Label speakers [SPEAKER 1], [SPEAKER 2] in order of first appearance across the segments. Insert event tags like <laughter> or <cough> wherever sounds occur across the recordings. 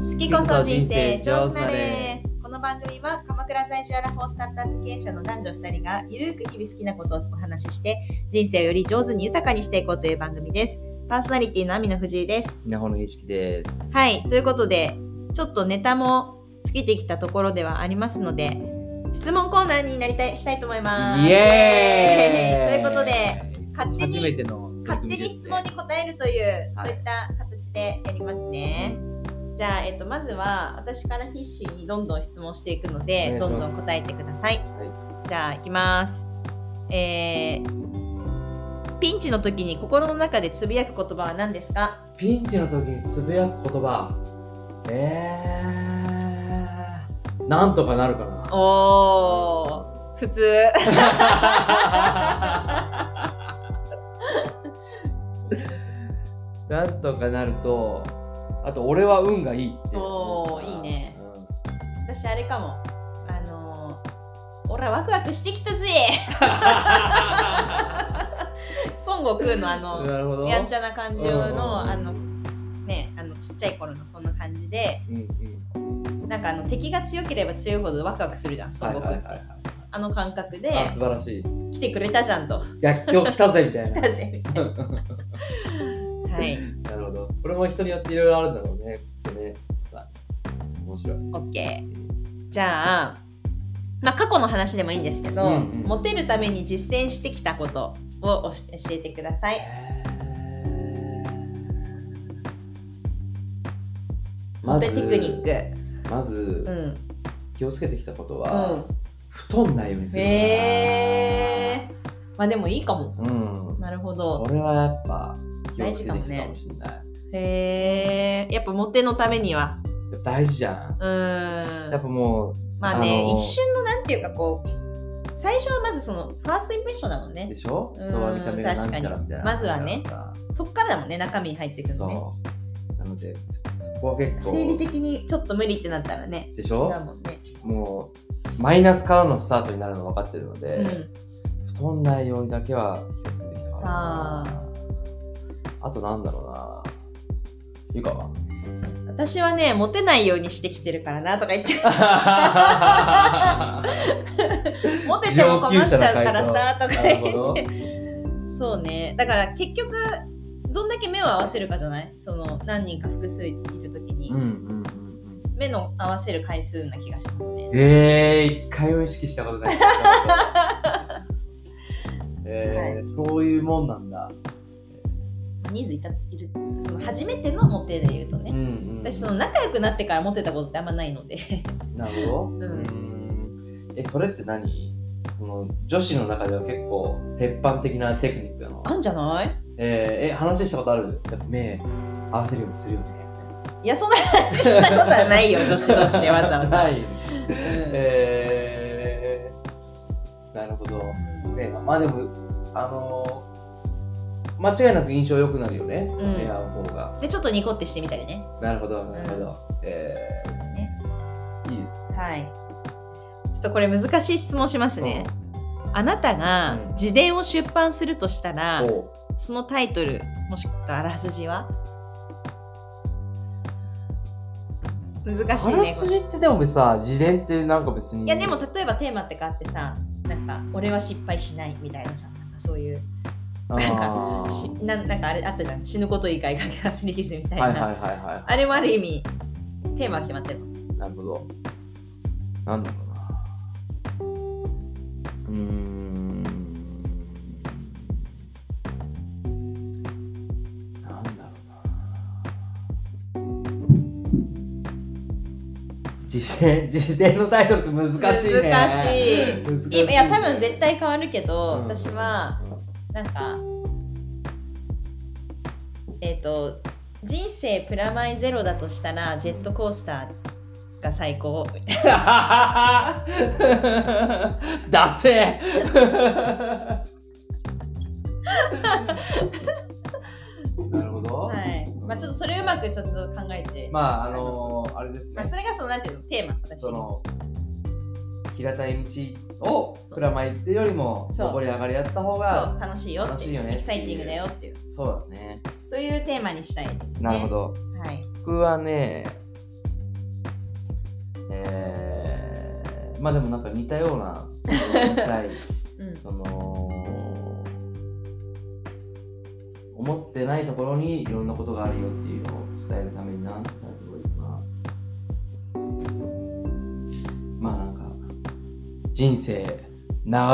[SPEAKER 1] 次こそ人生上手なれこの番組は鎌倉在住アラフォースタートアップ経営者の男女2人がゆるく日々好きなことをお話しして人生をより上手に豊かにしていこうという番組です。パーソナリティの網野藤井です。
[SPEAKER 2] 稲穂の儀式です。
[SPEAKER 1] はい、ということでちょっとネタも尽きてきたところではありますので質問コーナーになりたいしたいと思います。
[SPEAKER 2] イエーイ
[SPEAKER 1] <laughs> イエーイということで勝手に
[SPEAKER 2] 初めての取
[SPEAKER 1] 勝手
[SPEAKER 2] り組み
[SPEAKER 1] に
[SPEAKER 2] です
[SPEAKER 1] 質
[SPEAKER 2] ね
[SPEAKER 1] 問に答えるという、
[SPEAKER 2] はい
[SPEAKER 1] そういった形でやりますね。じゃあ、えっと、まずは私から必死にどんどん質問していくので、ど
[SPEAKER 2] お願
[SPEAKER 1] んど
[SPEAKER 2] いしま
[SPEAKER 1] ん
[SPEAKER 2] す
[SPEAKER 1] 答えてください。
[SPEAKER 2] は
[SPEAKER 1] じゃあ、いきます。えーピンチの時に心の中でつぶやく言葉は何ですか
[SPEAKER 2] ピンチの時につぶやく言葉。えー。なんとかなるかな。
[SPEAKER 1] おー、普通。
[SPEAKER 2] なんとかなると、あと俺は運がいいって。
[SPEAKER 1] おーいいね私、あれかも。あのー、俺はワクワクしてきた
[SPEAKER 2] <laughs>
[SPEAKER 1] ぜ孫悟空のあ
[SPEAKER 2] う
[SPEAKER 1] の
[SPEAKER 2] ん。、なるほど。
[SPEAKER 1] やんちゃな感じの、
[SPEAKER 2] うんうんうん
[SPEAKER 1] あのねあのちっちゃい頃のこんな感じで
[SPEAKER 2] うんうん。
[SPEAKER 1] なんかあの敵が強ければ強いほどワクワクするじゃん孫
[SPEAKER 2] はい
[SPEAKER 1] 悟
[SPEAKER 2] はい
[SPEAKER 1] 空
[SPEAKER 2] は
[SPEAKER 1] っ
[SPEAKER 2] いは
[SPEAKER 1] て
[SPEAKER 2] い。
[SPEAKER 1] あの感覚で
[SPEAKER 2] あ素晴らしい。
[SPEAKER 1] 来てくれたじゃ
[SPEAKER 2] <laughs>
[SPEAKER 1] んと
[SPEAKER 2] 薬局来たぜみたい
[SPEAKER 1] 来
[SPEAKER 2] な
[SPEAKER 1] た。
[SPEAKER 2] <laughs>
[SPEAKER 1] ぜみたいなはい
[SPEAKER 2] なるほど。これも人によっていろいろあるんだろうね。きっとね。まあ面白い。
[SPEAKER 1] OK じゃあまあ過去の話でもいいんですけど、
[SPEAKER 2] うんうん
[SPEAKER 1] モテるために実践してきたことを教え教えてくださいモ
[SPEAKER 2] ま
[SPEAKER 1] テ
[SPEAKER 2] ず
[SPEAKER 1] テクニッ
[SPEAKER 2] まず、
[SPEAKER 1] クうん
[SPEAKER 2] 気をつけてきたこと
[SPEAKER 1] うん
[SPEAKER 2] は、太んないようにすることだな
[SPEAKER 1] へえまあでもいいかも
[SPEAKER 2] うん
[SPEAKER 1] なるほど
[SPEAKER 2] それはやっぱ気をつけてきたかもしれない
[SPEAKER 1] へえやっぱモテのためには
[SPEAKER 2] やっぱ大事じゃん
[SPEAKER 1] うーん
[SPEAKER 2] やっぱも
[SPEAKER 1] まあね、
[SPEAKER 2] あのー
[SPEAKER 1] 一瞬のなんていうかこう最初はまずそのファーストインプレッションだもん
[SPEAKER 2] う
[SPEAKER 1] ね
[SPEAKER 2] でしょ
[SPEAKER 1] うん
[SPEAKER 2] 人は見た目がなんちゃらみたいな
[SPEAKER 1] 確かにまず
[SPEAKER 2] は
[SPEAKER 1] そっからだもんね中身に入っていくのね
[SPEAKER 2] そうなのでそこは結構
[SPEAKER 1] 生理的にちょっと無理ってなったらね
[SPEAKER 2] でしょ
[SPEAKER 1] 違うもんね、
[SPEAKER 2] もうマイナスからのスタートになるの分かってるので、
[SPEAKER 1] うん、
[SPEAKER 2] 太んないようにだけは気をつけてきたかな
[SPEAKER 1] あ
[SPEAKER 2] あとなんだろうなゆか
[SPEAKER 1] <laughs>
[SPEAKER 2] は
[SPEAKER 1] 私はねモテないようにしてきてるからなとか言って <laughs> モテても困っちゃうからさとか
[SPEAKER 2] なるほ
[SPEAKER 1] 言っ
[SPEAKER 2] ど
[SPEAKER 1] てそうねだから結局どんだけ目を合わせるかじゃないその何人か複数いる時に、
[SPEAKER 2] うんうんうんうん
[SPEAKER 1] 目の合わせる回数な気がしますね
[SPEAKER 2] えー、一回も意識したことない。えーそういうもんなんだ。
[SPEAKER 1] 人数いたいるその初めてのモテで言うとね、
[SPEAKER 2] うんうん、
[SPEAKER 1] 私その仲良くなってからモテたことってあんまないので
[SPEAKER 2] なるほど。
[SPEAKER 1] ん
[SPEAKER 2] うん、え、それって何その女子の中では結構鉄板的なテクニックなの
[SPEAKER 1] あんじゃない
[SPEAKER 2] えーえ、話したことあるやっぱ目合わせるようにするよね。
[SPEAKER 1] いやそんな話したことはない
[SPEAKER 2] <laughs>
[SPEAKER 1] よ女子同士でわざわざ、
[SPEAKER 2] ない。
[SPEAKER 1] うん
[SPEAKER 2] えー、なるほど。ね、まあでも、あのー間違いなく印象良くなるよね、
[SPEAKER 1] うん
[SPEAKER 2] エアーの方が。
[SPEAKER 1] でちょっとニコってしてみたりね
[SPEAKER 2] なるほど、なるほど。え
[SPEAKER 1] そうですね
[SPEAKER 2] ー、いいですね。
[SPEAKER 1] はいちょっとこれ難しい質問しますね、あなたが
[SPEAKER 2] うん
[SPEAKER 1] 自伝を出版するとしたら、
[SPEAKER 2] おう
[SPEAKER 1] そのタイトルもしくはあらすじは難しいね
[SPEAKER 2] あらすじってでもさ、自伝ってなんか別に。
[SPEAKER 1] いやでも例えばテーマってかあってさなんか俺は失敗しないみたいなさなんかそういう
[SPEAKER 2] あー、
[SPEAKER 1] しななんかあれあったじゃん死ぬこと以外がガスリキスみたいな、
[SPEAKER 2] はいはいはいは
[SPEAKER 1] あれもある意味テーマは決まってるもん
[SPEAKER 2] い。なるほど。なんだろうな。うーん。なんだろうな。自伝、 <laughs> 自伝のタイトルって難しいね。
[SPEAKER 1] 難しい
[SPEAKER 2] 難し
[SPEAKER 1] いやいや多分絶対変わるけど、
[SPEAKER 2] うん
[SPEAKER 1] 私はなんかえっ、と人生プラマイゼロだとしたらジェットコースターが最高みたいな
[SPEAKER 2] ダセなるほど、
[SPEAKER 1] はいまあちょっとそれうまくちょっと考えて、ま
[SPEAKER 2] まああのーあれです
[SPEAKER 1] あ
[SPEAKER 2] ね
[SPEAKER 1] それがそのなんていうのテーマ私
[SPEAKER 2] その平たい道をプラマイってよりも
[SPEAKER 1] そう
[SPEAKER 2] 上り上がりやった方
[SPEAKER 1] そう
[SPEAKER 2] が
[SPEAKER 1] 楽しいよって
[SPEAKER 2] 楽しいよね
[SPEAKER 1] エキサイティングだよっていう
[SPEAKER 2] そうだね
[SPEAKER 1] というテーマにしたいですね
[SPEAKER 2] なるほど、
[SPEAKER 1] はい
[SPEAKER 2] 僕はねえーまあでもなんか似たような痛い
[SPEAKER 1] うん
[SPEAKER 2] その思ってないところにいろんなことがあるよっていうのを伝えるために何て言ったらいいかなまあなんか人生流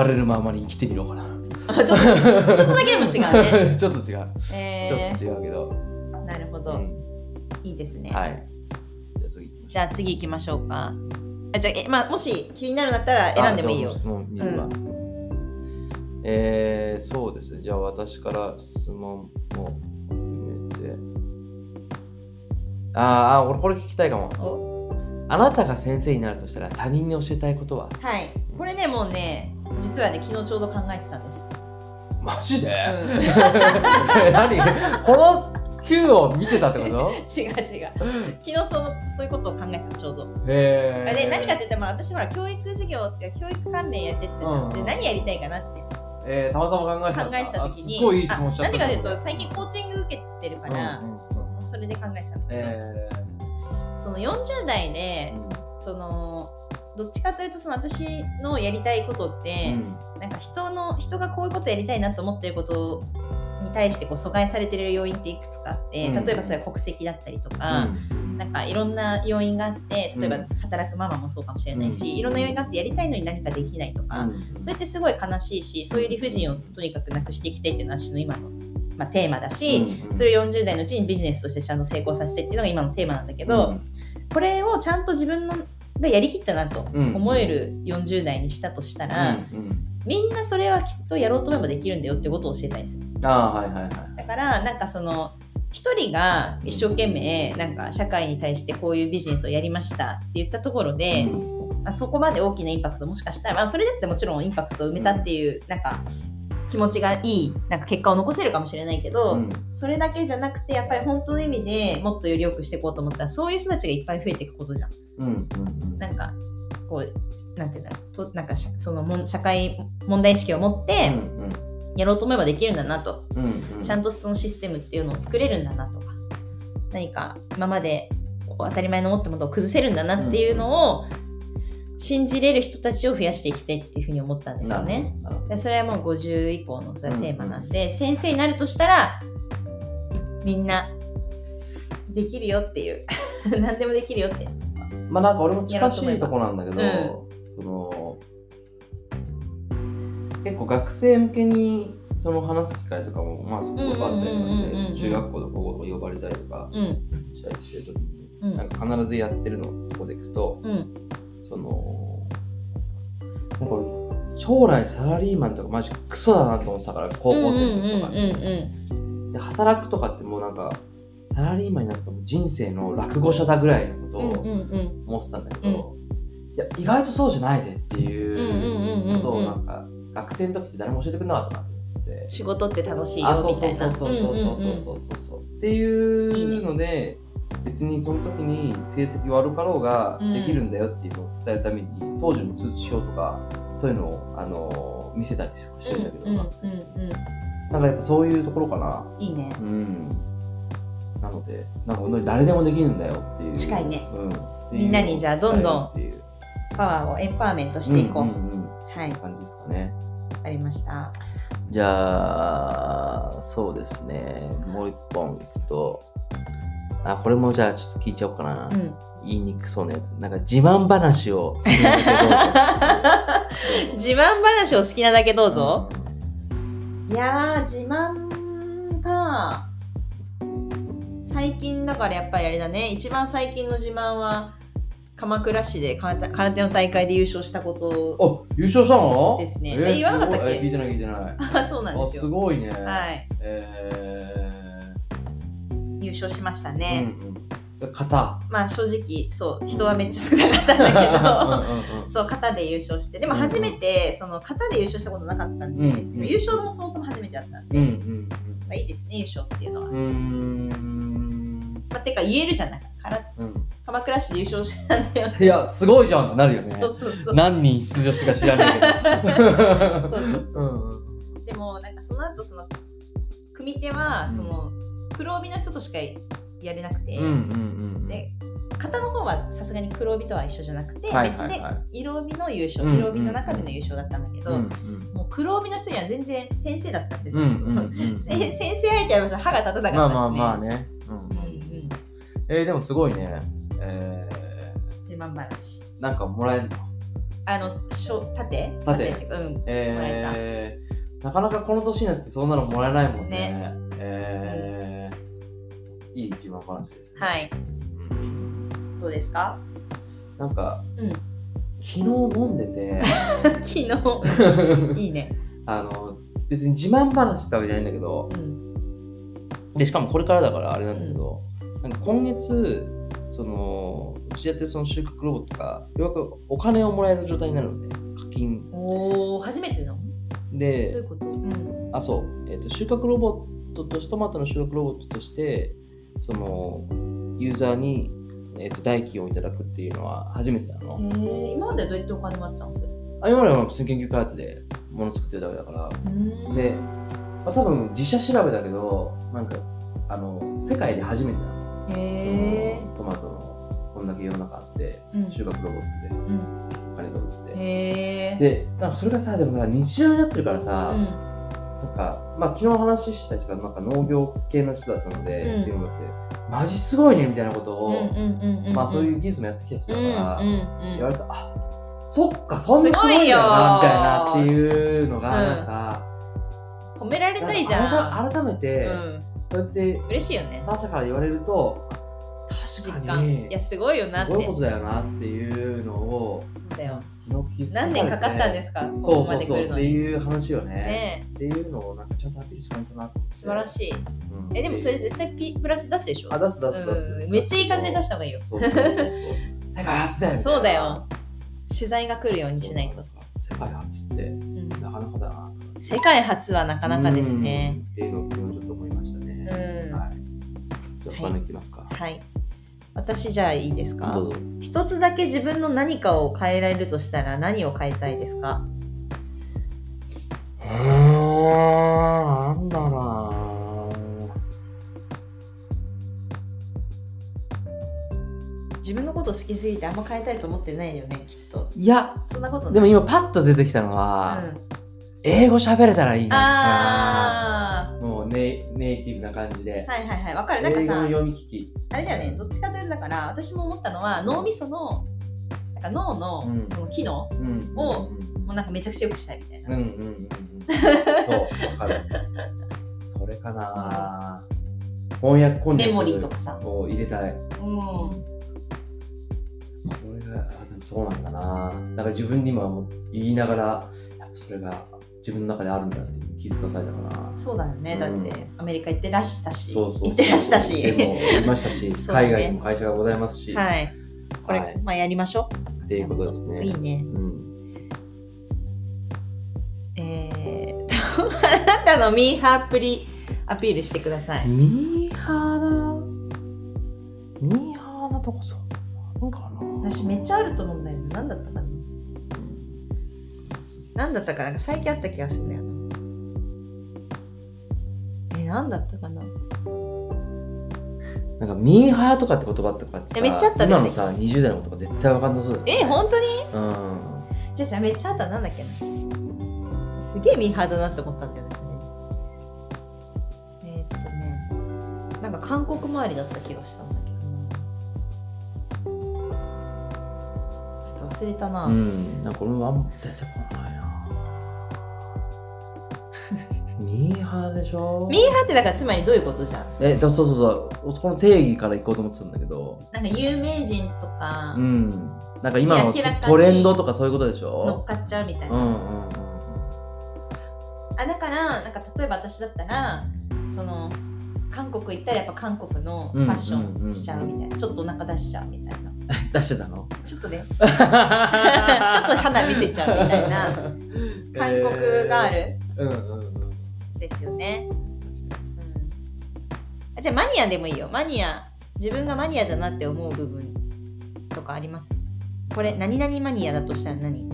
[SPEAKER 2] れるままに生きてみようかな
[SPEAKER 1] あちょっと <laughs> ちょ
[SPEAKER 2] <laughs>
[SPEAKER 1] っとだけでも違うね。
[SPEAKER 2] ね <laughs> ちょっと違う、
[SPEAKER 1] え
[SPEAKER 2] ちょっと違うけど、
[SPEAKER 1] ー、なるほ
[SPEAKER 2] う
[SPEAKER 1] ど、
[SPEAKER 2] ん
[SPEAKER 1] いいですね。
[SPEAKER 2] はいじゃあ次行きまし
[SPEAKER 1] じゃあ次行きましょうか。あじゃあえまあもし気になるんだったら
[SPEAKER 2] ょう
[SPEAKER 1] 選んでもいいよ
[SPEAKER 2] あ。じゃあ質問見るわ、
[SPEAKER 1] う
[SPEAKER 2] えー、そうですねじゃあ私から質問も入れてあーあー俺これ聞きたいかも
[SPEAKER 1] お
[SPEAKER 2] あなたが先生になるとしたら他人に教えたいことは
[SPEAKER 1] はい。これねもうね実はね昨日ちょうど考えてたんです。
[SPEAKER 2] マジで、
[SPEAKER 1] うん <laughs>
[SPEAKER 2] <laughs> 何この Q を見てたっ
[SPEAKER 1] <laughs>
[SPEAKER 2] てこと
[SPEAKER 1] 違う違う。昨日そうそういうことを考えてたちょうど。
[SPEAKER 2] へえ
[SPEAKER 1] あれ何かって言ったらまあ私ほら教育授業っていうか教育関連やってて、
[SPEAKER 2] うん
[SPEAKER 1] で何やりたいかなって
[SPEAKER 2] えー、たまたま考えてた
[SPEAKER 1] 考えてた
[SPEAKER 2] あ
[SPEAKER 1] 時に
[SPEAKER 2] すごいいい質問しちゃった
[SPEAKER 1] あ何かというと最近コーチング受けてるから、
[SPEAKER 2] うんうん
[SPEAKER 1] そうそうそれで考えてたんだけど、
[SPEAKER 2] え
[SPEAKER 1] その40代で
[SPEAKER 2] ー
[SPEAKER 1] そのどっちかというとその私のやりたいことって
[SPEAKER 2] う、ん
[SPEAKER 1] なんか人の人がこういうことやりたいなと思ってることに対してこう阻害されてる要因っていくつかあって、
[SPEAKER 2] うん
[SPEAKER 1] 例えばそれは国籍だったりと
[SPEAKER 2] う
[SPEAKER 1] か、
[SPEAKER 2] ん
[SPEAKER 1] なんかいろんな要因があって例えば
[SPEAKER 2] うん
[SPEAKER 1] 働くママもそうかもしれないし、
[SPEAKER 2] うん
[SPEAKER 1] いろんな要因があってやりたいのに何かできないとか、それってすごい悲しいしそういう理不尽をとにかくなくしていきたいっていうのは私の今の、まあ、テーマだし、それを40代のうちにビジネスとしてちゃんと成功させてっていうのが今のテーマなんだけど、これをちゃんと自分のがやりきったなと
[SPEAKER 2] うん
[SPEAKER 1] 思える40代にしたとしたら、
[SPEAKER 2] うん
[SPEAKER 1] みんなそれはきっとやろうと思えばできるんだよってことを教えたいんですよ
[SPEAKER 2] うん、ああはいはいはい
[SPEAKER 1] だからなんかその一人が一生懸命なんか社会に対してこういうビジネスをやりましたって言ったところで、
[SPEAKER 2] うん
[SPEAKER 1] まあ、そこまで大きなインパクトもしかしたら、まあ、それだってもちろんインパクトを埋めたっていうなんか気持ちがいいなんか結果を残せるかもしれないけど、
[SPEAKER 2] うん
[SPEAKER 1] それだけじゃなくてやっぱり本当の意味でもっとより良くしていこうと思ったらそういう人たちがいっぱい増えていくことじゃん。
[SPEAKER 2] うんうん
[SPEAKER 1] なんかこうなんていうんだろうとなんかしゃそのもん社会問題意識を持ってやろうと思えばできるんだなと、
[SPEAKER 2] うんうんうん
[SPEAKER 1] ちゃんとそのシステムっていうのを作れるんだなとか何か今までこう当たり前の思ったものを崩せるんだなっていうのを信じれる人たちを増やしていきたいっていうふうに思ったんですよね。
[SPEAKER 2] なるほど。
[SPEAKER 1] でそれはもう50以降のそれはテーマなんで、先生になるとしたらみんなできるよっていう <laughs> 何でもできるよって
[SPEAKER 2] まあなんか俺も近しいとこなんだけど、その結構学生向けにその話す機会とかもまあそこがあったりと
[SPEAKER 1] う
[SPEAKER 2] かし
[SPEAKER 1] んうんうんうんうん
[SPEAKER 2] て中学校と高校とか呼ばれたりとか
[SPEAKER 1] うん
[SPEAKER 2] したりしてる時に
[SPEAKER 1] う
[SPEAKER 2] なん
[SPEAKER 1] ん
[SPEAKER 2] か必ずやってるのとこでいくと
[SPEAKER 1] うん
[SPEAKER 2] そのなんか俺将来サラリーマンとかマジクソだなと思ってたから高校生の時とか
[SPEAKER 1] う
[SPEAKER 2] に
[SPEAKER 1] んうんうんうん
[SPEAKER 2] で働くとかってもうなんかサラリーマンになったらもう人生の落語者だぐらいのこと
[SPEAKER 1] うんうん
[SPEAKER 2] を
[SPEAKER 1] うん
[SPEAKER 2] 思ってたんだけど、いや意外とそうじゃないぜって
[SPEAKER 1] んうんうんうん
[SPEAKER 2] いううんことをなんか学生の時って誰も教えてくれなかったなと思って。
[SPEAKER 1] 仕事って楽しいよ
[SPEAKER 2] あそう
[SPEAKER 1] みた
[SPEAKER 2] そう
[SPEAKER 1] い
[SPEAKER 2] そ
[SPEAKER 1] な
[SPEAKER 2] うそうそうそうそうそうそうそう、っていうので別にその時に成績悪かろうが
[SPEAKER 1] うん
[SPEAKER 2] できるんだよっていうのを伝えるために、当時の通知表とかそういうのをあの見せたりしてるんだけど、
[SPEAKER 1] うんうん
[SPEAKER 2] 学生
[SPEAKER 1] うんう
[SPEAKER 2] なんかやっぱそういうところかなん
[SPEAKER 1] いいね
[SPEAKER 2] うん。なので、なんか本当に誰でもできるんだよっていう。
[SPEAKER 1] 近いね。
[SPEAKER 2] うん。
[SPEAKER 1] みんなにじゃあどんどん
[SPEAKER 2] っていう
[SPEAKER 1] パワーをエンパワーメントしていこう、
[SPEAKER 2] うんうんうん
[SPEAKER 1] はい
[SPEAKER 2] 感じですかね。
[SPEAKER 1] ありました
[SPEAKER 2] じゃあ、そうですね。もう一本いくと。あ、これもじゃあちょっと聞いちゃおうかな。
[SPEAKER 1] うん <laughs>
[SPEAKER 2] 言いにくそうなやつ。なんか自慢話をするんだけどどうぞ。
[SPEAKER 1] 自慢話を好きなだけ <laughs> どうぞ、
[SPEAKER 2] うん
[SPEAKER 1] いやー、自慢か。最近だからやっぱりあれだね、一番最近の自慢は、鎌倉市で空手空手の大会で優勝したこと <laughs>
[SPEAKER 2] あ、優勝したの
[SPEAKER 1] ですね
[SPEAKER 2] えー
[SPEAKER 1] え言わなかったっけ
[SPEAKER 2] すごいえー聞いてない聞いてない。
[SPEAKER 1] あそうなん
[SPEAKER 2] あ、
[SPEAKER 1] です
[SPEAKER 2] す
[SPEAKER 1] よ。
[SPEAKER 2] ごいね。
[SPEAKER 1] はい、
[SPEAKER 2] え
[SPEAKER 1] 優勝しました
[SPEAKER 2] ー
[SPEAKER 1] ね。
[SPEAKER 2] うんうん。型。
[SPEAKER 1] まあ正直、そう、人はめっちゃ少なかったん <laughs> だけ
[SPEAKER 2] うんうんう
[SPEAKER 1] ど、
[SPEAKER 2] ん
[SPEAKER 1] そう、型で優勝して、でも
[SPEAKER 2] うん
[SPEAKER 1] 初めて、その型で優勝したことなかったんで、
[SPEAKER 2] うんうん
[SPEAKER 1] 優勝もそもそも初めてだったんで、
[SPEAKER 2] うん
[SPEAKER 1] まあいいですね、優勝っていうのは。
[SPEAKER 2] うんうん。
[SPEAKER 1] まあ、てか言えるじゃない。から
[SPEAKER 2] うーん。
[SPEAKER 1] 鎌倉市で優勝したんだよね。
[SPEAKER 2] いや、すごいじゃんってなるよね。
[SPEAKER 1] そうそうそう。
[SPEAKER 2] 何人出場しか知らないけ
[SPEAKER 1] そう
[SPEAKER 2] ど。
[SPEAKER 1] そうそう。
[SPEAKER 2] うんうん
[SPEAKER 1] でもなんかその後その組手は
[SPEAKER 2] うん
[SPEAKER 1] その黒帯の人としかやれなくて、
[SPEAKER 2] うんうんうんうん。
[SPEAKER 1] で型の方はさすがに黒帯とは一緒じゃなくて、
[SPEAKER 2] はい
[SPEAKER 1] 別
[SPEAKER 2] はい
[SPEAKER 1] で
[SPEAKER 2] はい
[SPEAKER 1] 色帯の優勝、
[SPEAKER 2] うん
[SPEAKER 1] 色帯の中での優勝だったんだけど、
[SPEAKER 2] うんうん
[SPEAKER 1] もう黒帯の人には全然先生だったんです
[SPEAKER 2] うん
[SPEAKER 1] けど、
[SPEAKER 2] うんうん
[SPEAKER 1] せ先生相手は歯が立たなかったで
[SPEAKER 2] まあ
[SPEAKER 1] すね。
[SPEAKER 2] まあまあね。うん
[SPEAKER 1] うんうん、
[SPEAKER 2] えーでもすごいね。え
[SPEAKER 1] 自慢話。
[SPEAKER 2] ーなんかもらえるの
[SPEAKER 1] あの、しょ縦
[SPEAKER 2] 縦
[SPEAKER 1] っていうか、うん。
[SPEAKER 2] えーなかなかこの年になってそんなのもらえないもんね。えーいい自慢話です、ね。
[SPEAKER 1] はい。どうですか
[SPEAKER 2] なんか、
[SPEAKER 1] うん
[SPEAKER 2] 昨日飲んでて、
[SPEAKER 1] <laughs> 昨日。いいね。
[SPEAKER 2] あの、別に自慢話ってわけじゃないんだけど、
[SPEAKER 1] うん。
[SPEAKER 2] で、しかもこれからだからあれなんだけど、なんか今月、その、うちやってるその収穫ロボットが、ようやくお金をもらえる状態になるので、課金。
[SPEAKER 1] おお、初めての。
[SPEAKER 2] で、
[SPEAKER 1] どういうことうん。
[SPEAKER 2] あそう、えー、と収穫ロボットとしてトマトの収穫ロボットとしてそのユーザーに、えー、と代金をいただくっていうのは初めてなの、
[SPEAKER 1] ええ、今まではどうやってお金もらってたんですよ。
[SPEAKER 2] あ今までは普通に研究開発でもの作ってるだけだから
[SPEAKER 1] うん
[SPEAKER 2] で、まあ、多分自社調べだけどなんかあの世界で初めてなの、
[SPEAKER 1] え
[SPEAKER 2] そのトマトのこんだけ世の中あって
[SPEAKER 1] うん
[SPEAKER 2] 収穫ロボットで
[SPEAKER 1] うん。
[SPEAKER 2] お金取るって、
[SPEAKER 1] ええ。
[SPEAKER 2] でなんかそれがさでもさ日常になってるからさ、
[SPEAKER 1] うん。
[SPEAKER 2] なんか、まあ、昨日お話しした人がなんか農業系の人だったので、
[SPEAKER 1] うん
[SPEAKER 2] っていうのもあって、マジすごいねみたいなこと
[SPEAKER 1] う
[SPEAKER 2] を、
[SPEAKER 1] んうんうんうん。
[SPEAKER 2] まあそういうう技術もやってきた人
[SPEAKER 1] ん。う
[SPEAKER 2] だ
[SPEAKER 1] んう
[SPEAKER 2] から、
[SPEAKER 1] ん
[SPEAKER 2] 言われたあそっか、そんなすごいんだよな、みたいなっていうのが、
[SPEAKER 1] すごいよ
[SPEAKER 2] なんか、
[SPEAKER 1] うん。褒められたいじ
[SPEAKER 2] なん
[SPEAKER 1] ゃん。
[SPEAKER 2] か改め改めて、
[SPEAKER 1] うん。
[SPEAKER 2] そうやって、
[SPEAKER 1] 嬉しいよね。
[SPEAKER 2] サーシャから言われると、
[SPEAKER 1] 実
[SPEAKER 2] 確か
[SPEAKER 1] 感。
[SPEAKER 2] に
[SPEAKER 1] い、や、すごいよな
[SPEAKER 2] す
[SPEAKER 1] って。
[SPEAKER 2] ごいことだよなっていうのを、
[SPEAKER 1] そうだよ。
[SPEAKER 2] 昨日気づかれ
[SPEAKER 1] 何
[SPEAKER 2] て
[SPEAKER 1] 年かかったんですか、こ
[SPEAKER 2] そ
[SPEAKER 1] こま
[SPEAKER 2] うそう
[SPEAKER 1] で来
[SPEAKER 2] そう、
[SPEAKER 1] る
[SPEAKER 2] っ
[SPEAKER 1] の
[SPEAKER 2] て
[SPEAKER 1] に。
[SPEAKER 2] いう話よね。
[SPEAKER 1] ね
[SPEAKER 2] っていうのを、なんかちゃんとアピールしないとなって。
[SPEAKER 1] え素晴らしい。
[SPEAKER 2] うん
[SPEAKER 1] え、でもそれ絶対ピプラス出すでしょ
[SPEAKER 2] あ、出す出す出す。
[SPEAKER 1] うんめっちゃいい感じで出した方がいいよ。
[SPEAKER 2] そうそうそうそう。世界初だよみたいな。
[SPEAKER 1] <laughs> そうだよ。取材が来るようにしないと。。
[SPEAKER 2] 世界初って
[SPEAKER 1] うん
[SPEAKER 2] なかなかだな。
[SPEAKER 1] 世界初はなかなかですね。
[SPEAKER 2] うん。っていうのを昨日ちょっと思いましたね。
[SPEAKER 1] うん
[SPEAKER 2] はい。じゃあ、他のいきますか。
[SPEAKER 1] はい。私じゃあいいですか
[SPEAKER 2] どうぞ。
[SPEAKER 1] 一つだけ自分の何かを変えられるとしたら何を変えたいですか
[SPEAKER 2] うーん、なんだろうな。
[SPEAKER 1] 自分のこと好きすぎてあんま変えたいと思ってないよね、きっと。
[SPEAKER 2] いや、
[SPEAKER 1] そんなことない。
[SPEAKER 2] でも今パッと出てきたのは、
[SPEAKER 1] うん
[SPEAKER 2] 英語喋れたらいいな
[SPEAKER 1] あ
[SPEAKER 2] もうネイネイティブな感じで
[SPEAKER 1] あ。。はいはいはい。わかる。なんか
[SPEAKER 2] 英語の
[SPEAKER 1] さ、
[SPEAKER 2] 読み聞き。
[SPEAKER 1] あれだよね、どっちかというとだから、私も思ったのは脳みその、なんか脳
[SPEAKER 2] う
[SPEAKER 1] の
[SPEAKER 2] ん
[SPEAKER 1] その機能
[SPEAKER 2] うん
[SPEAKER 1] を
[SPEAKER 2] うん
[SPEAKER 1] もうなんかめちゃくちゃ良くしたいみたいな。
[SPEAKER 2] うんうんうんうん。そう、わ
[SPEAKER 1] <laughs>
[SPEAKER 2] かる。それかな。翻訳こんにゃく
[SPEAKER 1] メモリーとかさ
[SPEAKER 2] を入れたい。
[SPEAKER 1] うん。
[SPEAKER 2] それが、あでもそうなんだな。なんか自分に今も言いながら、やっぱそれが自分の中であるんだなって気づかされたかな。
[SPEAKER 1] そうだよね。だっ
[SPEAKER 2] うん
[SPEAKER 1] て、アメリカ行ってらしたし、
[SPEAKER 2] そうそうそう。
[SPEAKER 1] 行ってらした
[SPEAKER 2] で
[SPEAKER 1] し。
[SPEAKER 2] も、いましたし、
[SPEAKER 1] <laughs> そうだね
[SPEAKER 2] 海外にも会社がございますし。
[SPEAKER 1] はい。これ、
[SPEAKER 2] はい
[SPEAKER 1] まあやりましょう。
[SPEAKER 2] っていうことですね
[SPEAKER 1] いいね。
[SPEAKER 2] うん。
[SPEAKER 1] えーっと、 <laughs> あなたのミーハーっぷりアピールしてください。
[SPEAKER 2] ミーハーな、ミーハーなとこそう。なんかな。
[SPEAKER 1] 私めっちゃあると思うんだよね。何だったかな何だったかななんか最近あった気がするね。え、何だったかな
[SPEAKER 2] なんかミーハーとかって言葉とかってさ
[SPEAKER 1] えめっちゃあったね
[SPEAKER 2] 今のさ20代の子とか絶対わかんなそうだよね
[SPEAKER 1] え、本当に
[SPEAKER 2] うん
[SPEAKER 1] じゃあじゃあめっちゃあったなんだっけなすげえミーハーだなって思ったんだよねそれえーっとねなんか韓国周りだった気がしたんだけどなちょっと忘れたな、
[SPEAKER 2] うんなんか俺もあんま出てこない
[SPEAKER 1] <laughs>
[SPEAKER 2] なミーハーでしょ
[SPEAKER 1] ミーハーってだからつまりどういうことじゃん
[SPEAKER 2] えだそうそうそうそこの定義からいこうと思ってたんだけど
[SPEAKER 1] なんか有名人とか
[SPEAKER 2] うんなんか今の
[SPEAKER 1] いや明らかに
[SPEAKER 2] トレンドとかそういうことでし
[SPEAKER 1] 乗っ
[SPEAKER 2] ょ
[SPEAKER 1] かっちゃうみたいな、
[SPEAKER 2] うんうんうん
[SPEAKER 1] あだからなんか例えば私だったらその韓国行ったらやっぱ韓国のファッションしちゃうみたいな、ちょっとお腹出しちゃうみたいな
[SPEAKER 2] 出してたの
[SPEAKER 1] <laughs> ちょっとね
[SPEAKER 2] ちょ
[SPEAKER 1] ちょっ
[SPEAKER 2] っと
[SPEAKER 1] と肌見せちゃうみたい
[SPEAKER 2] <laughs>
[SPEAKER 1] な韓国ガール
[SPEAKER 2] ル、えーうんうんうん
[SPEAKER 1] ですよね。うんあ、じゃあマニアでもいいよ。マニア。自分がマニアだなって思う部分とかありますこれ、何々マニアだとしたら何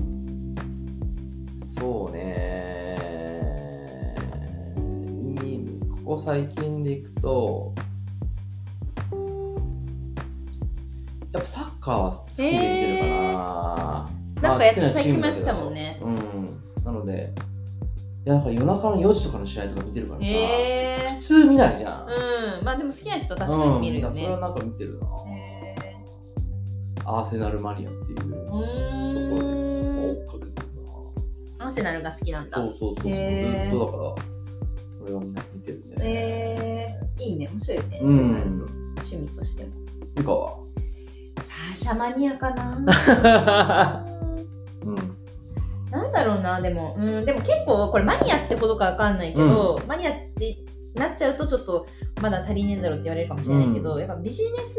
[SPEAKER 2] そうねいいここ最近でいくとやっぱサッカーは好きで見てるかな、
[SPEAKER 1] なんか
[SPEAKER 2] ま
[SPEAKER 1] や
[SPEAKER 2] あ
[SPEAKER 1] っ
[SPEAKER 2] 好きな
[SPEAKER 1] て
[SPEAKER 2] チ
[SPEAKER 1] き
[SPEAKER 2] ームだ
[SPEAKER 1] ま
[SPEAKER 2] け
[SPEAKER 1] し
[SPEAKER 2] ど
[SPEAKER 1] たもんね。
[SPEAKER 2] うんなのでいやだから夜中の4時とかの試合とか見てるからさ、
[SPEAKER 1] え
[SPEAKER 2] 普通見ないじゃん、
[SPEAKER 1] ー、うん。まあでも好きな人は確かに見るよ
[SPEAKER 2] うん
[SPEAKER 1] ね。
[SPEAKER 2] だからそれはなんか見てるな、
[SPEAKER 1] へ
[SPEAKER 2] アーセナルマニアっていうとこ
[SPEAKER 1] ーう
[SPEAKER 2] ろで
[SPEAKER 1] ーん。
[SPEAKER 2] 追っかけてるな
[SPEAKER 1] アーセナルが好きなんだ。
[SPEAKER 2] そうそうそう、
[SPEAKER 1] へー
[SPEAKER 2] ずっとだからそれはみんな見てるね
[SPEAKER 1] えー、いいね、面白いね。そううんなると、趣味としても。<laughs>
[SPEAKER 2] ゆかは
[SPEAKER 1] サーシャマニアかな
[SPEAKER 2] うん
[SPEAKER 1] <laughs> なんだろうな、でも。うん、でも結構、これマニアってほどかわかんないけど、マニアってなっちゃうと、ちょっとまだ足りねえんだろうって言われるかもしれないけど、やっぱビジネス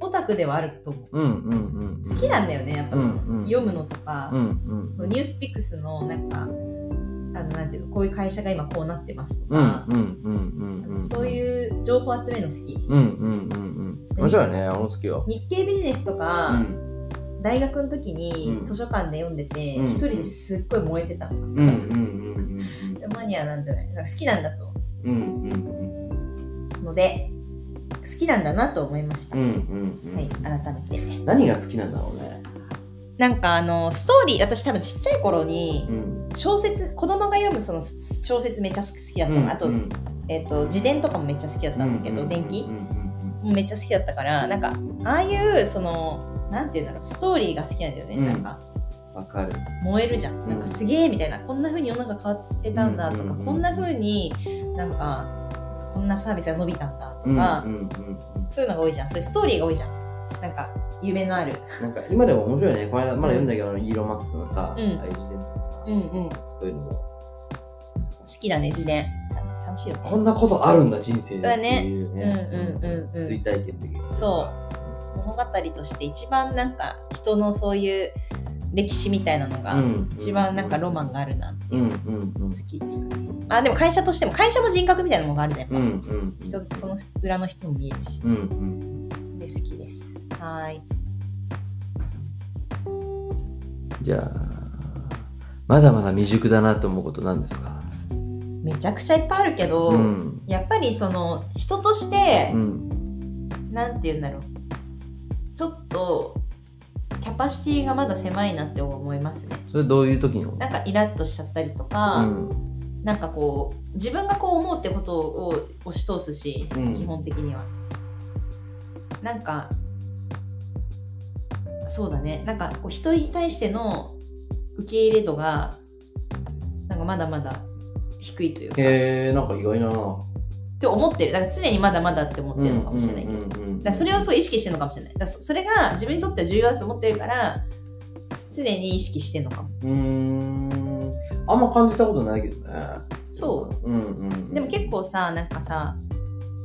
[SPEAKER 1] オタクではあると思う。
[SPEAKER 2] うんうんうん
[SPEAKER 1] 好きなんだよね、やっぱ、
[SPEAKER 2] うんうん
[SPEAKER 1] 読むのとか。
[SPEAKER 2] うんうん
[SPEAKER 1] そうニュースピックスのなんかあのなんていうのこういう会社が今こうなってますと
[SPEAKER 2] うん
[SPEAKER 1] か、
[SPEAKER 2] うんうんうんうん
[SPEAKER 1] そう
[SPEAKER 2] う
[SPEAKER 1] いう情報集めるの好き、
[SPEAKER 2] うんうんうんうん面白いねあの好きは
[SPEAKER 1] 日経ビジネスと
[SPEAKER 2] う
[SPEAKER 1] か、
[SPEAKER 2] ん
[SPEAKER 1] 大学の時に
[SPEAKER 2] うん
[SPEAKER 1] 図書館で読んでて、
[SPEAKER 2] うん
[SPEAKER 1] 一人ですっごい燃えてたの、
[SPEAKER 2] うんうん
[SPEAKER 1] マニアなんじゃないなんか好きなんだと
[SPEAKER 2] うんうんうんうん
[SPEAKER 1] ので好きなんだなと思いました、
[SPEAKER 2] うんうんうん
[SPEAKER 1] はい改めて
[SPEAKER 2] 何が好きなんだろうね
[SPEAKER 1] なんかあのストーリー私多分ちっちゃい頃に
[SPEAKER 2] うん
[SPEAKER 1] 小説子供が読むその小説めっちゃ好きだったの、あと,、
[SPEAKER 2] うん
[SPEAKER 1] えっと自伝とかもめっちゃ好きだったんだけど、
[SPEAKER 2] う
[SPEAKER 1] 電気、
[SPEAKER 2] うんうん
[SPEAKER 1] めっちゃ好きだったからなんかああいうそのなんていうんだろうストーリーが好きなんだよね、
[SPEAKER 2] うん
[SPEAKER 1] なんか
[SPEAKER 2] うんわかる
[SPEAKER 1] 燃えるじゃん、
[SPEAKER 2] ん
[SPEAKER 1] なんかすげえみたいなこんな風に世の中変わってたんだとか、
[SPEAKER 2] うんうんうん
[SPEAKER 1] こんな風になんかこんなサービスが伸びたんだと
[SPEAKER 2] うんうんうん
[SPEAKER 1] か、
[SPEAKER 2] うん
[SPEAKER 1] そういうのが多いじゃんそういうストーリーが多いじゃんなんか夢のある
[SPEAKER 2] なんか今でも面白いねこの間まだ読んだけどあのイーロン・マスクのさ
[SPEAKER 1] うん
[SPEAKER 2] ああいう人のさ
[SPEAKER 1] うんうん好
[SPEAKER 2] そういうのも
[SPEAKER 1] きだね自伝楽しいよね
[SPEAKER 2] こんなことあるんだ人生で
[SPEAKER 1] だ
[SPEAKER 2] って
[SPEAKER 1] ね
[SPEAKER 2] いう
[SPEAKER 1] うんうんうんうん
[SPEAKER 2] 追体験できる
[SPEAKER 1] そ物語として一番なんか人のそういう歴史みたいなのが
[SPEAKER 2] うん
[SPEAKER 1] 一番なんかロマンがあるなって
[SPEAKER 2] うんうんうん
[SPEAKER 1] 好きですね、まあでも会社としても会社も人格みたいなのもあるじゃんやっぱ、
[SPEAKER 2] うんうん
[SPEAKER 1] 人その裏の人も見えるし
[SPEAKER 2] うんうん
[SPEAKER 1] で好きですはーい
[SPEAKER 2] じゃあまだまだ未熟だなと思うことなんですか
[SPEAKER 1] めちゃくちゃいっぱいあるけど、
[SPEAKER 2] うん
[SPEAKER 1] やっぱりその人として
[SPEAKER 2] う、ん
[SPEAKER 1] なんて言うんだろうちょっとキャパシティがまだ狭いなって思いますね
[SPEAKER 2] それどういう時の
[SPEAKER 1] なんかイラッとしちゃったりとか、
[SPEAKER 2] うん
[SPEAKER 1] なんかこう自分がこう思うってことを押し通すし、
[SPEAKER 2] うん
[SPEAKER 1] 基本的にはなんかそうだねなんかこう人に対しての受け入れ度がなんかまだまだ低いというか、っ
[SPEAKER 2] へえなんか意外な
[SPEAKER 1] て思ってるだから常にまだまだって思ってるのかもしれないけど、だからそれを
[SPEAKER 2] そ
[SPEAKER 1] そう意識してるのかもしれないだからそそれが自分にとっては重要だと思ってるから常に意識してるのかも
[SPEAKER 2] うーんあんま感じたことないけどね
[SPEAKER 1] そう
[SPEAKER 2] うんうんうん
[SPEAKER 1] でも結構さなんかさ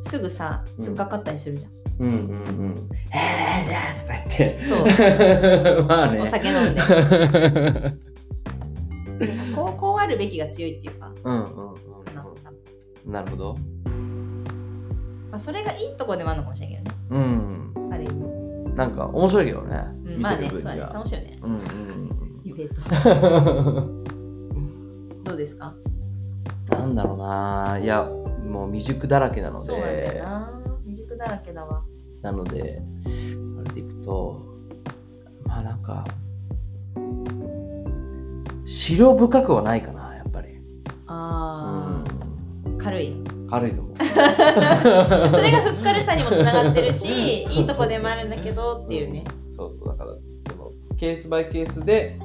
[SPEAKER 1] すぐさ
[SPEAKER 2] うん
[SPEAKER 1] 突っかかったりするじゃん、
[SPEAKER 2] うんうんうんへえーとか言って
[SPEAKER 1] そう
[SPEAKER 2] <laughs> まあね
[SPEAKER 1] お
[SPEAKER 2] <laughs>
[SPEAKER 1] 酒飲んでこうこうあるべきが強いっていうか
[SPEAKER 2] うんうんうん
[SPEAKER 1] かな、多分
[SPEAKER 2] うんなるほど
[SPEAKER 1] まあ、それがいいとこでもあるのかもしれないけどね
[SPEAKER 2] うん
[SPEAKER 1] ある意味、
[SPEAKER 2] なんか面白いけどね、
[SPEAKER 1] うん、
[SPEAKER 2] 見
[SPEAKER 1] まあ
[SPEAKER 2] てる
[SPEAKER 1] ねそう
[SPEAKER 2] 分
[SPEAKER 1] だ
[SPEAKER 2] に
[SPEAKER 1] ね
[SPEAKER 2] は、
[SPEAKER 1] 楽しいよね
[SPEAKER 2] うん
[SPEAKER 1] ディベート
[SPEAKER 2] うんうん <laughs>
[SPEAKER 1] どうですか
[SPEAKER 2] なんだろうないやもう未熟だらけなの
[SPEAKER 1] そうなんだ
[SPEAKER 2] で
[SPEAKER 1] よな未熟だらけだわ
[SPEAKER 2] なのであれでいくとまあなんか資料深くはないかなやっぱり、
[SPEAKER 1] あー、軽い
[SPEAKER 2] 軽
[SPEAKER 1] <laughs>
[SPEAKER 2] い <laughs> と思う
[SPEAKER 1] それがふっかるさにもつながってるし
[SPEAKER 2] <laughs> そうそうそう
[SPEAKER 1] いいとこでもあるんだけどっていうね、
[SPEAKER 2] うんそうそうだからそのケースバイケースで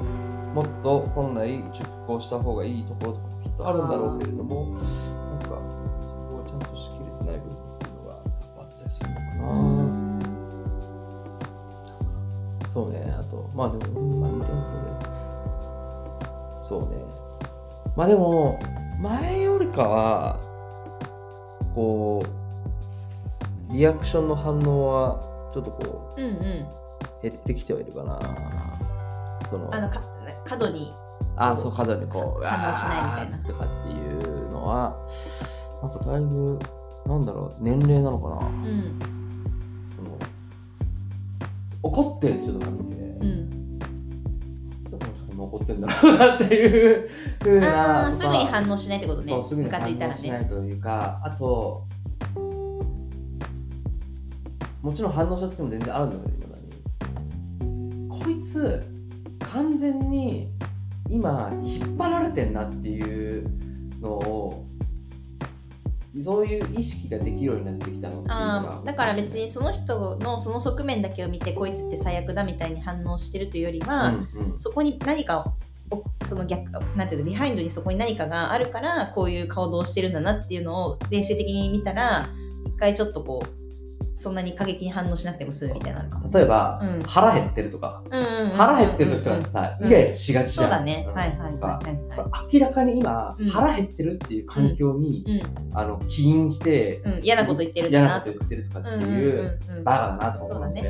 [SPEAKER 2] もっと本来熟考した方がいいところとかもきっとあるんだろうけれどもなんかそこをちゃんとしきれてない部分っていうのがあったりするのかな、そうねあとまあでもまあいいところでそうねまあでも前よりかはこうリアクションの反応はちょっとこう
[SPEAKER 1] うんうん
[SPEAKER 2] 減ってきてはいるかなその
[SPEAKER 1] あのか過度に
[SPEAKER 2] あそう角にこう
[SPEAKER 1] か反応しないみたいな
[SPEAKER 2] うわーとかっていうのはなんかだいぶなんだろう年齢なのか
[SPEAKER 1] う
[SPEAKER 2] なんその怒ってる人とか見て
[SPEAKER 1] うん
[SPEAKER 2] どこの人が怒ってんだろうなっていうふう
[SPEAKER 1] あ
[SPEAKER 2] な
[SPEAKER 1] あ
[SPEAKER 2] とか
[SPEAKER 1] すぐに反応しないってことね
[SPEAKER 2] そうすぐ
[SPEAKER 1] ム
[SPEAKER 2] に
[SPEAKER 1] カついた
[SPEAKER 2] 反応
[SPEAKER 1] ら
[SPEAKER 2] しな
[SPEAKER 1] ね
[SPEAKER 2] いというかあともちろん反応した時も全然あるんだけど未だにこいつ完全に今引っ張られてんなっていうのをそういう意識ができるようになってきたのっていうの
[SPEAKER 1] あ
[SPEAKER 2] が
[SPEAKER 1] ーだから別にその人のその側面だけを見てこいつって最悪だみたいに反応してるというよりは、
[SPEAKER 2] うんうん
[SPEAKER 1] そこに何かをその逆なんていうのビハインドにそこに何かがあるからこういう行動をしてるんだなっていうのを冷静的に見たら一回ちょっとこうそんなに過激に反応しなくても済むみたいなのあるかも。
[SPEAKER 2] 例えば、
[SPEAKER 1] うん
[SPEAKER 2] 腹減ってるとか
[SPEAKER 1] うんうんうんうん
[SPEAKER 2] 腹減ってる時とかってさ、イライラしがちじゃ
[SPEAKER 1] そ
[SPEAKER 2] ん
[SPEAKER 1] うだね。
[SPEAKER 2] ん
[SPEAKER 1] はいはい
[SPEAKER 2] と
[SPEAKER 1] は
[SPEAKER 2] か
[SPEAKER 1] いはいは
[SPEAKER 2] 明らかに今、
[SPEAKER 1] うん
[SPEAKER 2] 腹減ってるっていう環境に、
[SPEAKER 1] い。
[SPEAKER 2] あの起因して
[SPEAKER 1] うんうん嫌なこと言ってるんだ
[SPEAKER 2] 嫌な
[SPEAKER 1] な
[SPEAKER 2] こと
[SPEAKER 1] とか。
[SPEAKER 2] 言ってるとかって
[SPEAKER 1] うんうん
[SPEAKER 2] いう、
[SPEAKER 1] うんうん
[SPEAKER 2] バカだなと思って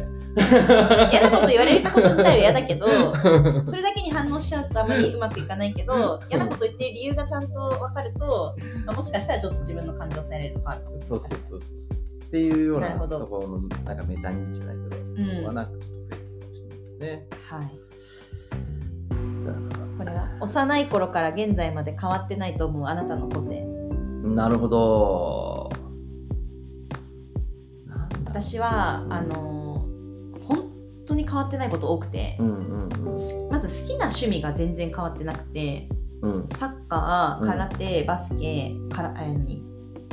[SPEAKER 1] 嫌なこと言われたこと自体は嫌だけど、 <laughs> それだけに反応しちゃうとあまりうまくいかないけど、嫌なこと言ってる理由がちゃんと分かると、まあ、もしかしたらちょっと自分の感情を抑えれるとかあるかもしれ
[SPEAKER 2] <laughs> そ
[SPEAKER 1] な
[SPEAKER 2] う
[SPEAKER 1] い。
[SPEAKER 2] そうそうそうそうっていうような
[SPEAKER 1] なるほど
[SPEAKER 2] ところのなんかメタ認知じゃないけど、
[SPEAKER 1] ん
[SPEAKER 2] ここはなんかちょっと増えてきたかもしれないですね。
[SPEAKER 1] はい。
[SPEAKER 2] だから
[SPEAKER 1] これは幼い頃から現在まで変わってないと思うあなたの個性
[SPEAKER 2] なるほど。なんだ
[SPEAKER 1] 私はあのー本当に変わってないこと多くて、
[SPEAKER 2] うんうんうん
[SPEAKER 1] すまず好きな趣味が全然変わってなくて
[SPEAKER 2] うん
[SPEAKER 1] サッカ
[SPEAKER 2] う
[SPEAKER 1] ー
[SPEAKER 2] ん
[SPEAKER 1] 空手、バスケからえー何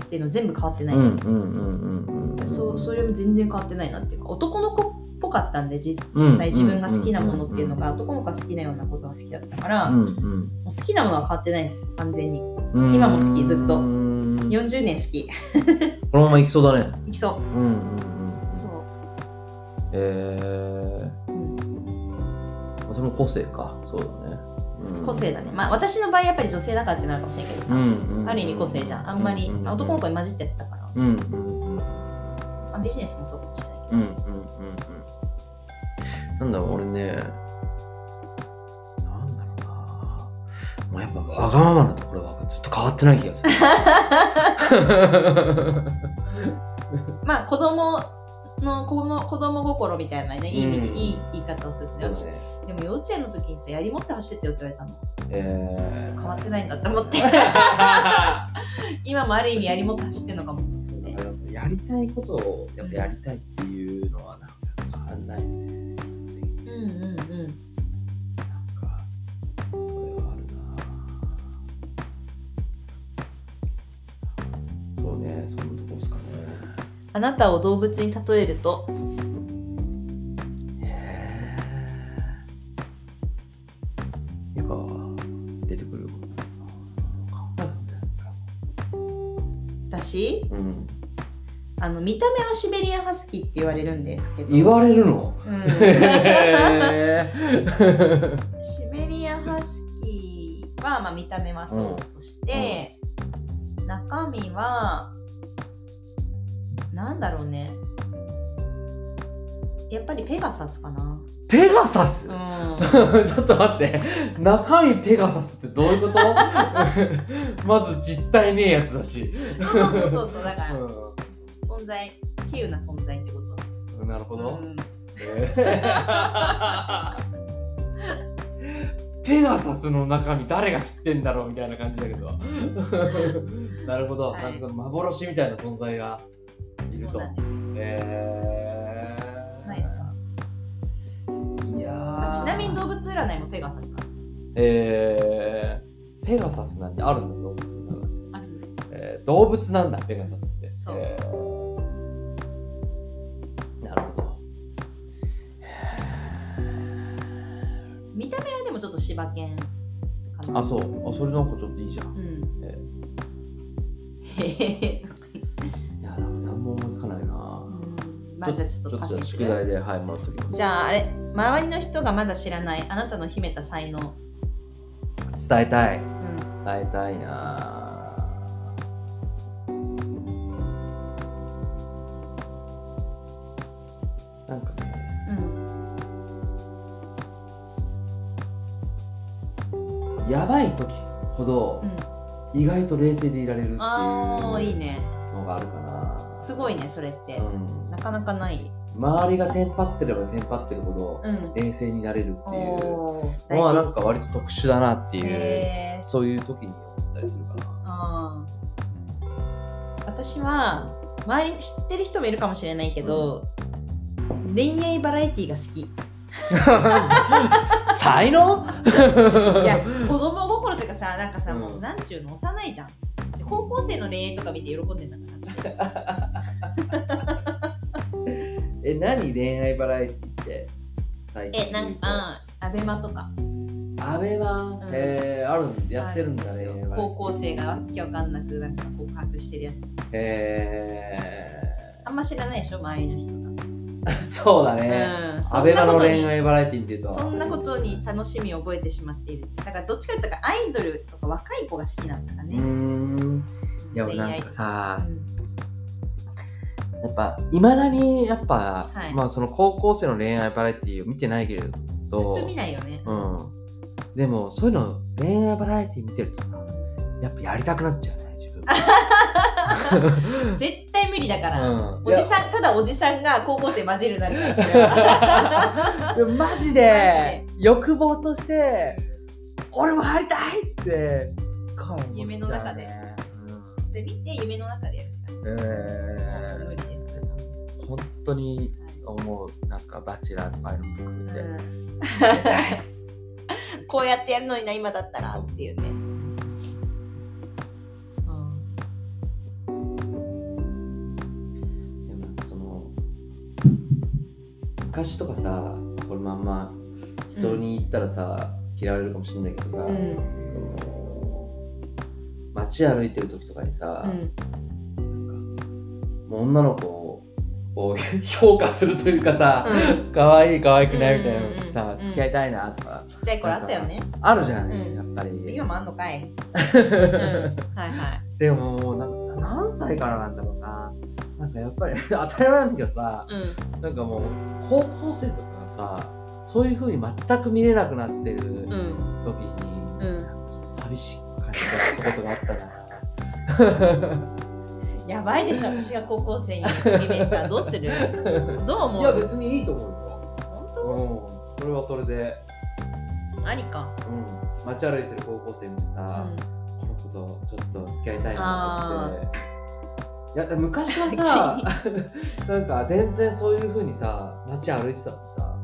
[SPEAKER 1] っていうの全部変わってな
[SPEAKER 2] う
[SPEAKER 1] い
[SPEAKER 2] ん
[SPEAKER 1] ん
[SPEAKER 2] う
[SPEAKER 1] ですよ、
[SPEAKER 2] んうんうんうん
[SPEAKER 1] そうそれも全然変わってないなっていうか男の子っぽかったんでじ実際
[SPEAKER 2] うん
[SPEAKER 1] 自分が好きなものっていうのが
[SPEAKER 2] うん
[SPEAKER 1] 男の子が好きなようなことが好きだったから、
[SPEAKER 2] う
[SPEAKER 1] も
[SPEAKER 2] んうん
[SPEAKER 1] う好きなものは変わってないです完全に
[SPEAKER 2] うん
[SPEAKER 1] 今も好きずっと
[SPEAKER 2] うん
[SPEAKER 1] 40年好き <laughs>
[SPEAKER 2] このままいきそうだね。
[SPEAKER 1] いきそ
[SPEAKER 2] うんうんうん
[SPEAKER 1] う。そう
[SPEAKER 2] えー、その個性か。そうだね。うん
[SPEAKER 1] 個性だねまあ私の場合やっぱり女性だからってなるかもしれないけどさ、ある意味個性じゃんあんまり、まあ男の子に混じってやってたから、
[SPEAKER 2] うんうんうんうん
[SPEAKER 1] まあ、ビジネスもそうかもしれないけ
[SPEAKER 2] う
[SPEAKER 1] ど、
[SPEAKER 2] んうんうんうんなんだろう俺ねなんだろうなもうやっぱわがままなところはずっと変わってない気がする
[SPEAKER 1] まあ子供の子の子供心みたいなねいい意味で、
[SPEAKER 2] うん
[SPEAKER 1] いい言い方をするとね
[SPEAKER 2] でも
[SPEAKER 1] 私
[SPEAKER 2] ね
[SPEAKER 1] <laughs> でも幼稚園の時にさやり持って走ってってよって言われたの
[SPEAKER 2] <laughs> え
[SPEAKER 1] 変わっ
[SPEAKER 2] <laughs>
[SPEAKER 1] てないんだって思って <laughs> 今もある意味やり持って走ってんのかもって
[SPEAKER 2] ー
[SPEAKER 1] ね
[SPEAKER 2] なんかやりたいことをやっぱやりたいっていうのはなんか変わんないよね
[SPEAKER 1] うんうんうん
[SPEAKER 2] なんかそれはあるなそうねそんなとこですかね
[SPEAKER 1] あなたを動物に例えると
[SPEAKER 2] へえ。か出てくる。
[SPEAKER 1] 私
[SPEAKER 2] うん、
[SPEAKER 1] あの見た目はシベリアンハスキーって言われるんですけど
[SPEAKER 2] 言われるの
[SPEAKER 1] うんシベリアンハスキーは、まあ、見た目はそうとして、中身はなんだろうねやっぱりペガサスかな、
[SPEAKER 2] ペガサス、
[SPEAKER 1] う <laughs>
[SPEAKER 2] <laughs> ち
[SPEAKER 1] ん、
[SPEAKER 2] ょっと待って中身ペガサスってどういう
[SPEAKER 1] <laughs>
[SPEAKER 2] ことまず実体ねえやつだし、
[SPEAKER 1] そうそうそうそうだから、
[SPEAKER 2] う
[SPEAKER 1] 存在稀有な存在ってこと
[SPEAKER 2] ん、なるほど、
[SPEAKER 1] うん
[SPEAKER 2] <laughs> ペガサスの中身誰が知ってんだろうみたいな感じだけど <laughs> なるほど、
[SPEAKER 1] はい
[SPEAKER 2] なんかその幻みたいな存在がいる
[SPEAKER 1] そう
[SPEAKER 2] と
[SPEAKER 1] なんですよ
[SPEAKER 2] えー、
[SPEAKER 1] ないですか
[SPEAKER 2] いや
[SPEAKER 1] あ
[SPEAKER 2] ー
[SPEAKER 1] ちなみに動物占いもペガサスなの
[SPEAKER 2] えー、ペガサスなんてあるんだ動物の中で、
[SPEAKER 1] ある
[SPEAKER 2] えー、動物なんだペガサスって
[SPEAKER 1] そう
[SPEAKER 2] えーなるほど
[SPEAKER 1] 見た目はでもちょっと柴犬かな
[SPEAKER 2] あそうあそれなんかちょっといいじゃん
[SPEAKER 1] うん
[SPEAKER 2] え
[SPEAKER 1] へへへ
[SPEAKER 2] いやなんか何も思いつかないな
[SPEAKER 1] まあじゃあちょっとパス
[SPEAKER 2] じゃあ
[SPEAKER 1] す
[SPEAKER 2] 宿
[SPEAKER 1] る
[SPEAKER 2] 題ではいもらっときます
[SPEAKER 1] じゃああれ周りの人がまだ知らないあなたの秘めた才能、
[SPEAKER 2] 伝えたい
[SPEAKER 1] うん、
[SPEAKER 2] 伝えたいなぁなんかね
[SPEAKER 1] うん、
[SPEAKER 2] やばい時ほど意外と冷静でいられるっていうの
[SPEAKER 1] ああいいね
[SPEAKER 2] があるかな
[SPEAKER 1] すごいねそれって、
[SPEAKER 2] うん
[SPEAKER 1] なかなかない
[SPEAKER 2] 周りがテンパってればテンパってるほど
[SPEAKER 1] うん
[SPEAKER 2] 冷静になれるっていう
[SPEAKER 1] おー
[SPEAKER 2] のは
[SPEAKER 1] 大
[SPEAKER 2] な
[SPEAKER 1] 事
[SPEAKER 2] んか割と特殊だなっていう
[SPEAKER 1] へー
[SPEAKER 2] そういう時に思ったりするかな
[SPEAKER 1] あー私は
[SPEAKER 2] <laughs>
[SPEAKER 1] 周りに知ってる人もいるかもしれないけど、恋愛バラエティが好き
[SPEAKER 2] 才能
[SPEAKER 1] いや子供心というかさなんかさ、
[SPEAKER 2] うん
[SPEAKER 1] もうなんちゅうの幼いじゃんで高校生の恋愛とか見て喜んでんだ
[SPEAKER 2] <laughs>
[SPEAKER 1] から
[SPEAKER 2] え何恋愛バラエティって最近
[SPEAKER 1] えなんかアベマとか
[SPEAKER 2] アベマ、
[SPEAKER 1] ん
[SPEAKER 2] えー、あるんやってるんだね
[SPEAKER 1] あですよ高校生がわっけわかんなくなんか告白してるやつ
[SPEAKER 2] え
[SPEAKER 1] あんま知らないでしょ周りの人が、
[SPEAKER 2] ー、 <laughs> そうだね、
[SPEAKER 1] うん
[SPEAKER 2] アベマの恋
[SPEAKER 1] に
[SPEAKER 2] 愛バラエティっていうと
[SPEAKER 1] そんなことに楽しみを覚えてしまっているだからどっちかというとアイドルとか若い子が好きなんですか
[SPEAKER 2] う
[SPEAKER 1] ね、
[SPEAKER 2] ーんいやなんか
[SPEAKER 1] う
[SPEAKER 2] さ
[SPEAKER 1] ん
[SPEAKER 2] やっぱいまだにやっぱ、
[SPEAKER 1] はい
[SPEAKER 2] まあその高校生の恋愛バラエティを見てないけれど
[SPEAKER 1] 普通見ないよね、
[SPEAKER 2] うん、でもそういうの恋愛バラエティ見てるとさやっぱやりたくなっちゃうね自分
[SPEAKER 1] 絶対無理だから、
[SPEAKER 2] うん
[SPEAKER 1] おじさんただおじさんが高校生混じるなるからそれは
[SPEAKER 2] <laughs> でもマジ
[SPEAKER 1] で
[SPEAKER 2] で欲望として俺も入りたいってすっごい思っちゃうね
[SPEAKER 1] 夢の中で、 <laughs> で見て夢の中でやるしか
[SPEAKER 2] うん
[SPEAKER 1] ない、無
[SPEAKER 2] え
[SPEAKER 1] 理です、は
[SPEAKER 2] ー、本当に
[SPEAKER 1] い
[SPEAKER 2] 思うなんかバチェラーとかああいうのも含めて、
[SPEAKER 1] うん <laughs> こうやってやるのにな今だったらっていうね、うん
[SPEAKER 2] でもなんかその昔とかさこれまんま人に言ったらさ、嫌われるかもしれないけどさ、
[SPEAKER 1] うん
[SPEAKER 2] その街歩いてる時とかにさ、もう女の子をこう評価するというかさ、可愛い可愛くないみたいなのってさ、
[SPEAKER 1] うん
[SPEAKER 2] 付き合いたいなとか
[SPEAKER 1] ちっちゃい頃あったよね
[SPEAKER 2] あるじゃん、
[SPEAKER 1] うん
[SPEAKER 2] やっぱり
[SPEAKER 1] 今もあんのかい、うん、はいはい
[SPEAKER 2] でももうなんか何歳からなんだろうななんかやっぱり <laughs> 当たり前なんだけどさ
[SPEAKER 1] う
[SPEAKER 2] なんかもう高校生とかがさそういう風に全く見れなくなってる時
[SPEAKER 1] ん
[SPEAKER 2] に、
[SPEAKER 1] うん
[SPEAKER 2] なんかちょっと寂しく感じたことがあったな。
[SPEAKER 1] んやばいでしょ私が高校生にリベンさんどうする <laughs> どう
[SPEAKER 2] いや
[SPEAKER 1] 思う
[SPEAKER 2] 別にいいと思う
[SPEAKER 1] 本
[SPEAKER 2] よ。うん。それはそれで、
[SPEAKER 1] 当ありか、
[SPEAKER 2] うん。街歩いてる高校生見て
[SPEAKER 1] う
[SPEAKER 2] さ、
[SPEAKER 1] ん、
[SPEAKER 2] この子とちょっと付き合いたいなと思って。いや昔
[SPEAKER 1] <laughs>
[SPEAKER 2] はさ <laughs> なんか全然そういう風にさ街歩いてたのにさ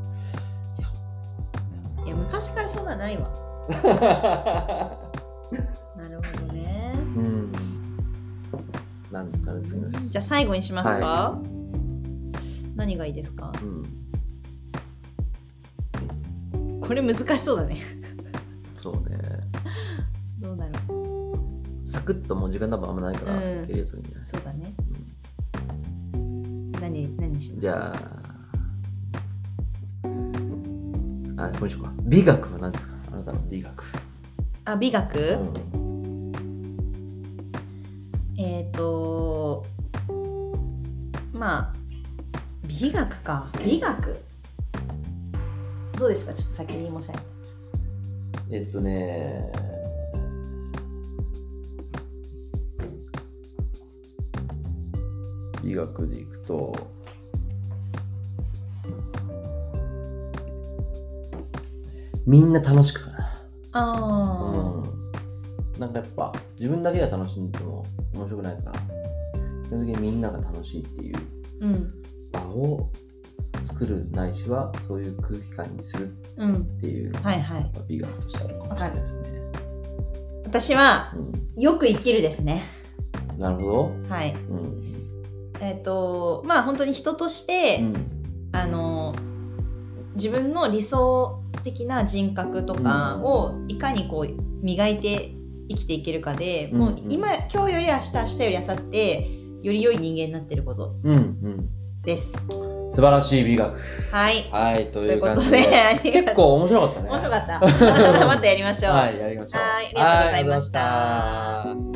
[SPEAKER 1] いや昔からそんなないわ
[SPEAKER 2] い
[SPEAKER 1] <laughs>
[SPEAKER 2] や
[SPEAKER 1] なるほどね
[SPEAKER 2] うんなんですかね次の質
[SPEAKER 1] じゃあ最後にしますか、
[SPEAKER 2] は
[SPEAKER 1] 何がいいですか
[SPEAKER 2] 問、
[SPEAKER 1] これ難しそうだね
[SPEAKER 2] うん、そうね
[SPEAKER 1] どうだろう
[SPEAKER 2] サクッともう時間多分あんまないから、
[SPEAKER 1] うん
[SPEAKER 2] 切れずにね、
[SPEAKER 1] そうだね
[SPEAKER 2] うん
[SPEAKER 1] 何何します
[SPEAKER 2] じゃあ、あ、もう一個か。美学は何ですかあなたの美学。
[SPEAKER 1] あ美学、
[SPEAKER 2] うん
[SPEAKER 1] えっ、とまあ美学か美学どうですかちょっと先に申し上げて
[SPEAKER 2] えっとね。美学でいくと。みんな楽しくかな。
[SPEAKER 1] あ
[SPEAKER 2] うん、なんかやっぱ自分だけが楽しんでも面白くないから基本的にみんなが楽しいっていう
[SPEAKER 1] ーうん
[SPEAKER 2] 場を作るないしはそういう空気感にするっ
[SPEAKER 1] うん
[SPEAKER 2] ていうのが
[SPEAKER 1] はいはい
[SPEAKER 2] やっぱ美学としてあるかもしれないですね。
[SPEAKER 1] 私は
[SPEAKER 2] う
[SPEAKER 1] よく生きるですね
[SPEAKER 2] ん、なるほど。
[SPEAKER 1] はい
[SPEAKER 2] うん
[SPEAKER 1] えっ、とまあ本当に人として、
[SPEAKER 2] うん
[SPEAKER 1] あの自分の理想的な人格とかをいかにこう磨いて生きていけるかで、もう
[SPEAKER 2] うんうん
[SPEAKER 1] 今今日より明日明日より明後日より良い人間になってること
[SPEAKER 2] うん
[SPEAKER 1] です。
[SPEAKER 2] うん、素晴らしい美学。
[SPEAKER 1] はい。
[SPEAKER 2] はい、と
[SPEAKER 1] とい
[SPEAKER 2] いうう
[SPEAKER 1] こ
[SPEAKER 2] 感
[SPEAKER 1] と
[SPEAKER 2] じ
[SPEAKER 1] で、
[SPEAKER 2] で。
[SPEAKER 1] ありが
[SPEAKER 2] 結
[SPEAKER 1] とう
[SPEAKER 2] 構面白かったね。 <laughs>
[SPEAKER 1] 面白かった。またやりましょう。
[SPEAKER 2] はい、やりましょう。
[SPEAKER 1] はいありがとうございました
[SPEAKER 2] はありがとうございました。